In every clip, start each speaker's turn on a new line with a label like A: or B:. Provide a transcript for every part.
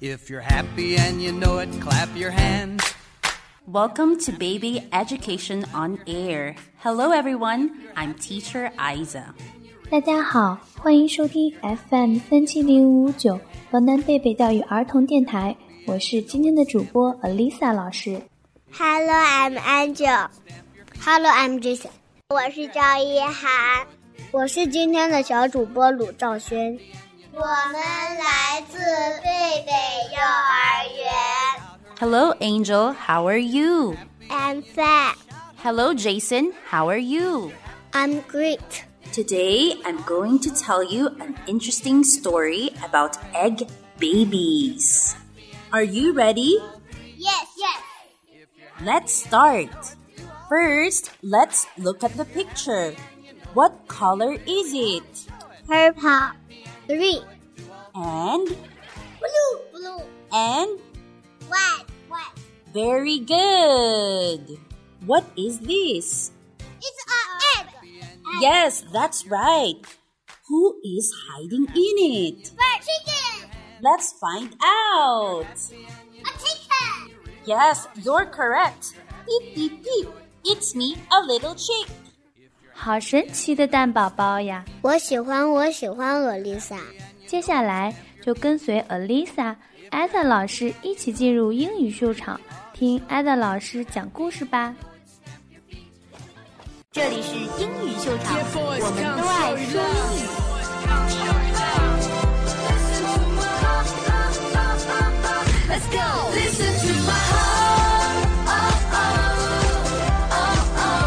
A: If you're happy and you know it, clap your hands.
B: Welcome to Baby Education on Air. Hello, everyone. I'm teacher Isa.
C: 大家好，欢迎收听 FM 三七零五九河南贝贝教育儿童电台，我是今天的主播 Alisa 老师。
D: Hello, I'm Angel. Hello, I'm Jason. 我是赵一涵，我是今天的小主播鲁兆轩。我们来自贝贝幼儿园。
B: Hello, Angel. How are you?
D: I'm fat.
B: Hello, Jason. How are you?
D: I'm great.
B: Today, I'm going to tell you an interesting story about egg babies. Are you ready?
D: Yes, yes.
B: Let's start. First, let's look at the picture. What color is it?
D: Purple. Three.
B: And,
D: Blue. Blue.
B: and,
D: White. White.
B: very good. What is this?
D: It's an egg.
B: Yes, that's right. Who is hiding in it?
D: Bird chicken.
B: Let's find out.
D: A chicken.
B: Yes, you're correct. Beep, beep, beep. It's me, a little chick.
C: 好神奇的蛋宝宝呀！
D: 我喜欢，我喜欢我 Lisa。
C: 接下来就跟随 Alisa、艾萨老师一起进入英语秀场，听艾萨老师讲故事吧。
E: 这里是英语秀场，我们都爱说英语。Let's go. Listen to my heart. Oh, oh, oh, oh.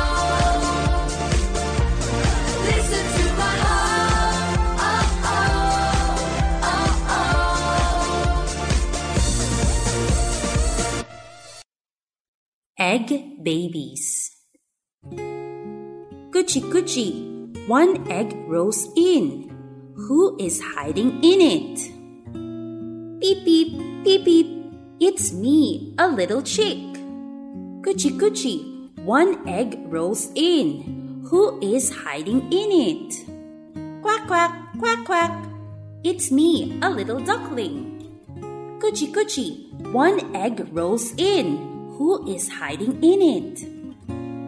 E: Listen to my heart. Oh, oh, oh, oh.
B: Egg babies. Gucci Gucci, one egg rolls in. Who is hiding in it? Beep beep, beep beep. It's me, a little chick. Gucci Gucci, one egg rolls in. Who is hiding in it? Quack quack, quack quack. It's me, a little duckling. Gucci Gucci, one egg rolls in. Who is hiding in it?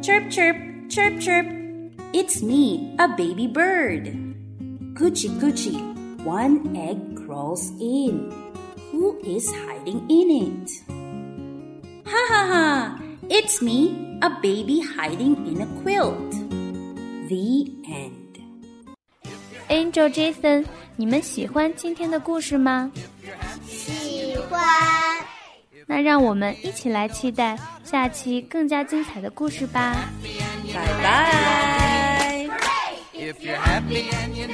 B: Chirp, chirp, chirp, chirp. It's me, a baby bird. Gucci Gucci, one egg crawls in. Who is hiding in it? Ha ha ha! It's me, a baby hiding in a quilt. The end.
C: Angel Jason，你们喜欢今天的故事吗？
D: 喜欢。
C: 那让我们一起来期待下期更加精彩的故事吧。
B: Bye bye!
A: If you're happy and you know